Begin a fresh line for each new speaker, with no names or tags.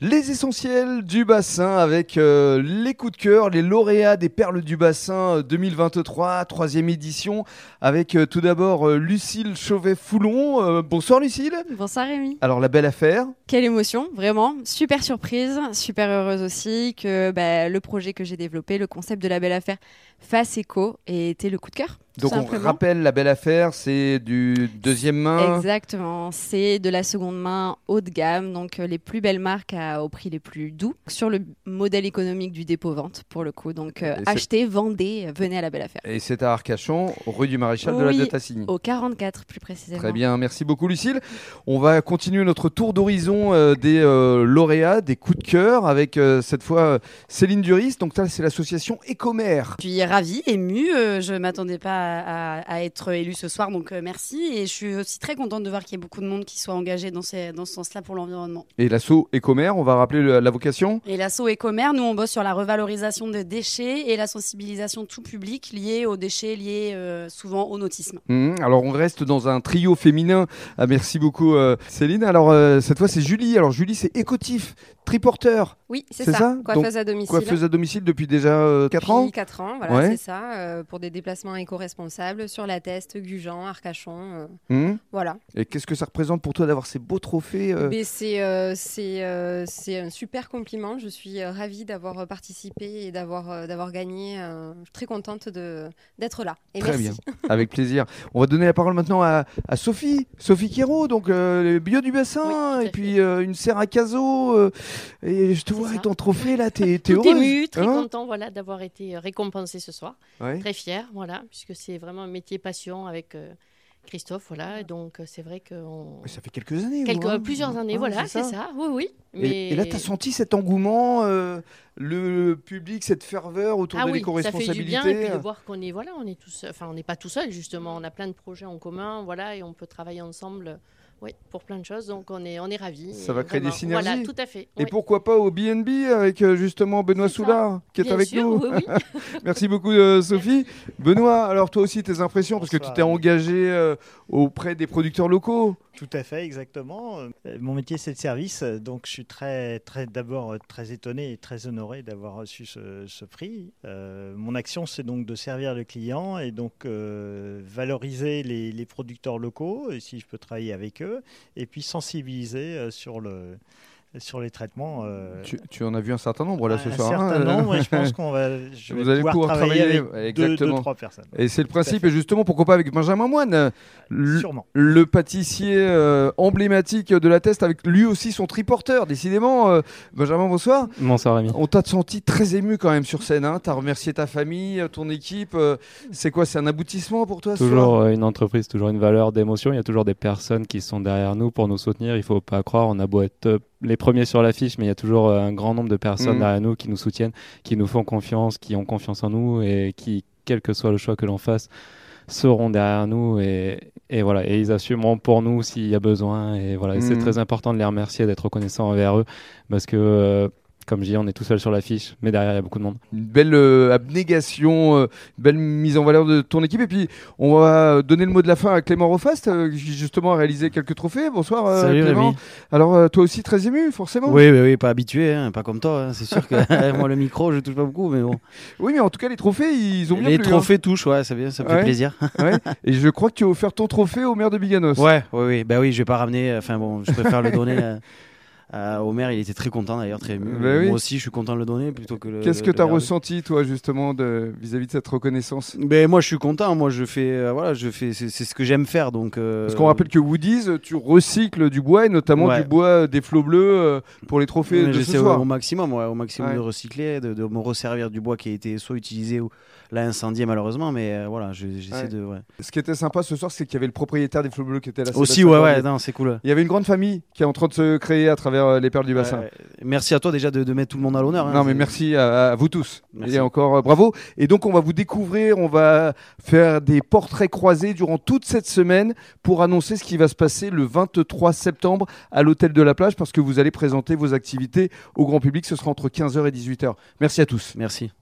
Les essentiels du bassin avec euh, les coups de cœur, les lauréats des perles du bassin euh, 2023, troisième édition, avec euh, tout d'abord euh, Lucille Chauvet-Foulon. Euh, bonsoir Lucille.
Bonsoir Rémi.
Alors la belle affaire,
Quelle émotion, vraiment. Super surprise, super heureuse aussi que bah, le projet que j'ai développé, le concept de la belle affaire, fasse écho et était le coup de cœur. tout
donc on
simplement.
rappelle la belle affaire, c'est du deuxième main.
Exactement, c'est de la seconde main haut de gamme, donc euh, les plus belles marques à, au prix les plus doux, sur le modèle économique du dépôt-vente pour le coup. Donc euh,
Et c'est-
achetez, vendez, euh, venez à la belle affaire.
Et c'est à Arcachon, rue du Maréchal de la
Oui.
Dotassigny.
Au 44 plus précisément.
Mm. Très bien, merci beaucoup Lucille. On va continuer notre tour d'horizon euh, des euh, lauréats, des coups de cœur, avec euh, cette fois euh, Céline Duris. Donc ça, c'est l'association Écomère.
Je suis ravie, émue. euh, Je m'attendais pas à, à- à être élue ce soir, donc euh, merci. Et je suis aussi très contente de voir qu'il y a beaucoup de monde qui soit engagé dans, ces- dans ce sens-là pour l'environnement.
Et l'asso Écomère, on va rappeler le- la vocation
Et l'assaut Écomère, nous, on bosse sur la revalorisation des déchets et la sensibilisation tout public liée aux déchets, liés euh, souvent au nautisme.
Mhm. Alors on reste dans un trio féminin. Ah, merci beaucoup euh, Céline. Alors euh, cette fois c'est Julie. Alors Julie c'est écotif, triporteur,
Oui, c'est
C'est
ça.
ça
Coiffeuse à domicile.
coiffeuse à domicile depuis déjà 4 ans.
4 ans, voilà,
Ouais.
c'est ça. euh, pour des déplacements éco-responsables sur la Teste, Gujan, Arcachon. euh,
Mhm.
voilà.
Et qu'est-ce que ça représente pour toi d'avoir ces beaux trophées euh,
Mais c'est euh, c'est, euh, c'est un super compliment. Je suis euh, ravie d'avoir euh, participé et d'avoir euh, d'avoir gagné. euh, je suis très contente de- d'être là. Et
Très
merci.
bien, avec plaisir. On va donner la parole maintenant à, à Sophie, Sophie Quéraud, donc euh, le bio du
Oui,
bassin,
tout à
et puis euh, une serre à caso. euh, et je te vois
ça.
avec ton trophée là, t'es t'es
Tout
heureuse.
ému, très
hein
content voilà, d'avoir été euh, récompensé ce soir.
Ouais.
Très fier, voilà, puisque c'est vraiment un métier passion avec euh, Christophe, voilà.
Ah.
Et donc euh, c'est vrai que on-
Ouais, Ça fait quelques années.
Quelques-
vous, hein
plusieurs années,
Ouais,
voilà, c'est ça. Oui, oui.
Et- Et, là, tu as senti cet engouement, euh, le public, cette ferveur autour
ah
de euh.
oui, ça fait du
l'éco-responsabilité.
bien et puis de voir qu'on est voilà, on est tous, enfin on n'est pas tout seul justement, on a plein de projets en commun, voilà, et on peut travailler ensemble, euh, ouais, pour plein de choses. Donc on est on est ravis.
Ça
euh,
va créer des
vraiment.
synergies.
Voilà, tout à fait.
Et
ouais.
pourquoi pas au BNB avec euh, justement Benoît
C'est ça.
Soulard qui est
Bien
avec
sûr,
nous.
oui, oui.
Merci beaucoup euh, Sophie. Benoît, alors toi aussi tes impressions parce que tu
Bonsoir.
t'es engagé euh, auprès des producteurs locaux.
Tout à fait, exactement. Euh, Mon métier, c'est le service, euh, donc je suis très, très, d'abord euh, très étonné et très honoré d'avoir reçu ce, ce prix. Euh, mon action, c'est donc de servir le client et donc euh, valoriser les, les producteurs locaux, et si je peux travailler avec eux, et puis sensibiliser euh, sur, le, sur les traitements. euh,
Tu, tu en as vu un certain nombre
Ah,
là ce
un
soir. hein,
certain
euh,
nombre, et je pense qu'on va, je
Vous
vais
allez
pouvoir,
pouvoir
travailler,
travailler,
avec deux,
exactement.
deux, trois personnes.
Et c'est le
Tout à
principe,
fait.
et justement pourquoi pas avec Benjamin Moine, euh, le,
Sûrement.
le pâtissier euh, emblématique de la Teste, avec lui aussi son triporteur, décidément. euh, Benjamin, bonsoir.
Bonsoir Rémi.
On t'a senti très ému quand même sur scène. Hein. T'as remercié ta famille, euh, ton équipe. euh, C'est quoi C'est un aboutissement pour toi ce soir
Toujours euh, une entreprise, toujours une valeur d'émotion. Il y a toujours des personnes qui sont derrière nous pour nous soutenir. Il faut pas croire, on a beau être euh, les premiers sur l'affiche, mais il y a toujours euh, un grand nombre de personnes
Mhm.
derrière nous qui nous soutiennent, qui nous font confiance, qui ont confiance en nous et qui, quel que soit le choix que l'on fasse, seront derrière nous et, et voilà. Et ils assumeront pour nous s'il y a besoin. Et voilà, Et c'est
Mhm.
très important de les remercier, d'être reconnaissant envers eux parce que. euh, comme je dis, on est tout seul sur l'affiche, mais derrière, il y a beaucoup de monde.
Une belle euh, abnégation, euh, belle mise en valeur de ton équipe. Et puis, on va donner le mot de la fin à Clément Rofast, euh, qui justement a réalisé quelques trophées. Bonsoir euh,
Salut
Clément.
Rémi.
Alors, euh, toi aussi très ému, forcément.
Oui, oui, oui, pas habitué, hein, pas comme toi. hein, C'est sûr que moi, le micro, je touche pas beaucoup, mais bon.
Oui, mais en tout cas, les trophées, ils ont bien
Les
plu, hein.
trophées touchent, ouais, ça, vient, ça me
Ouais.
fait plaisir.
hein. Ouais. Et je crois que tu as offert ton trophée au maire de Biganos.
Ouais, oui, oui. Bah oui, je vais pas ramener. euh, Enfin bon, je préfère le donner. euh, à Omer, il était très content d'ailleurs, très ému.
Bah oui.
Moi aussi, je suis content de le donner plutôt que le.
Qu'est-ce
le-
que
le
tu as
garder.
ressenti, toi, justement, de- vis-à-vis de cette reconnaissance
Ben moi, je suis content. Moi, je fais, euh, voilà, je fais, c'est c'est ce que j'aime faire, donc. euh,
Parce qu'on rappelle que Woody's, euh, tu recycles du bois, et notamment
Ouais.
du bois euh, des flots bleus euh, pour les trophées
Ouais,
de ce
J'essaie au,
soir.
au maximum, ouais, au maximum
Ouais.
de recycler, de, de me resservir du bois qui a été soit utilisé ou là incendié malheureusement, mais euh, voilà, je- j'essaie
Ouais. Bah,
de. ouais.
Ce qui était sympa ce soir, c'est qu'il y avait le propriétaire des flots bleus qui était là.
Aussi,
Sébastien
ouais,
Cordier.
ouais, non, c'est cool.
Il y avait une grande famille qui est en train de se créer à travers euh, les perles du bassin.
Ouais, ouais. merci à toi déjà de, de mettre tout le monde à l'honneur. hein.
Non mais
C'est-
merci à, à vous tous
Merci.
et encore euh, bravo et donc on va vous découvrir on va faire des portraits croisés durant toute cette semaine pour annoncer ce qui va se passer le 23 septembre à l'hôtel de la plage parce que vous allez présenter vos activités au grand public ce sera entre 15h et 18h merci à tous
Merci.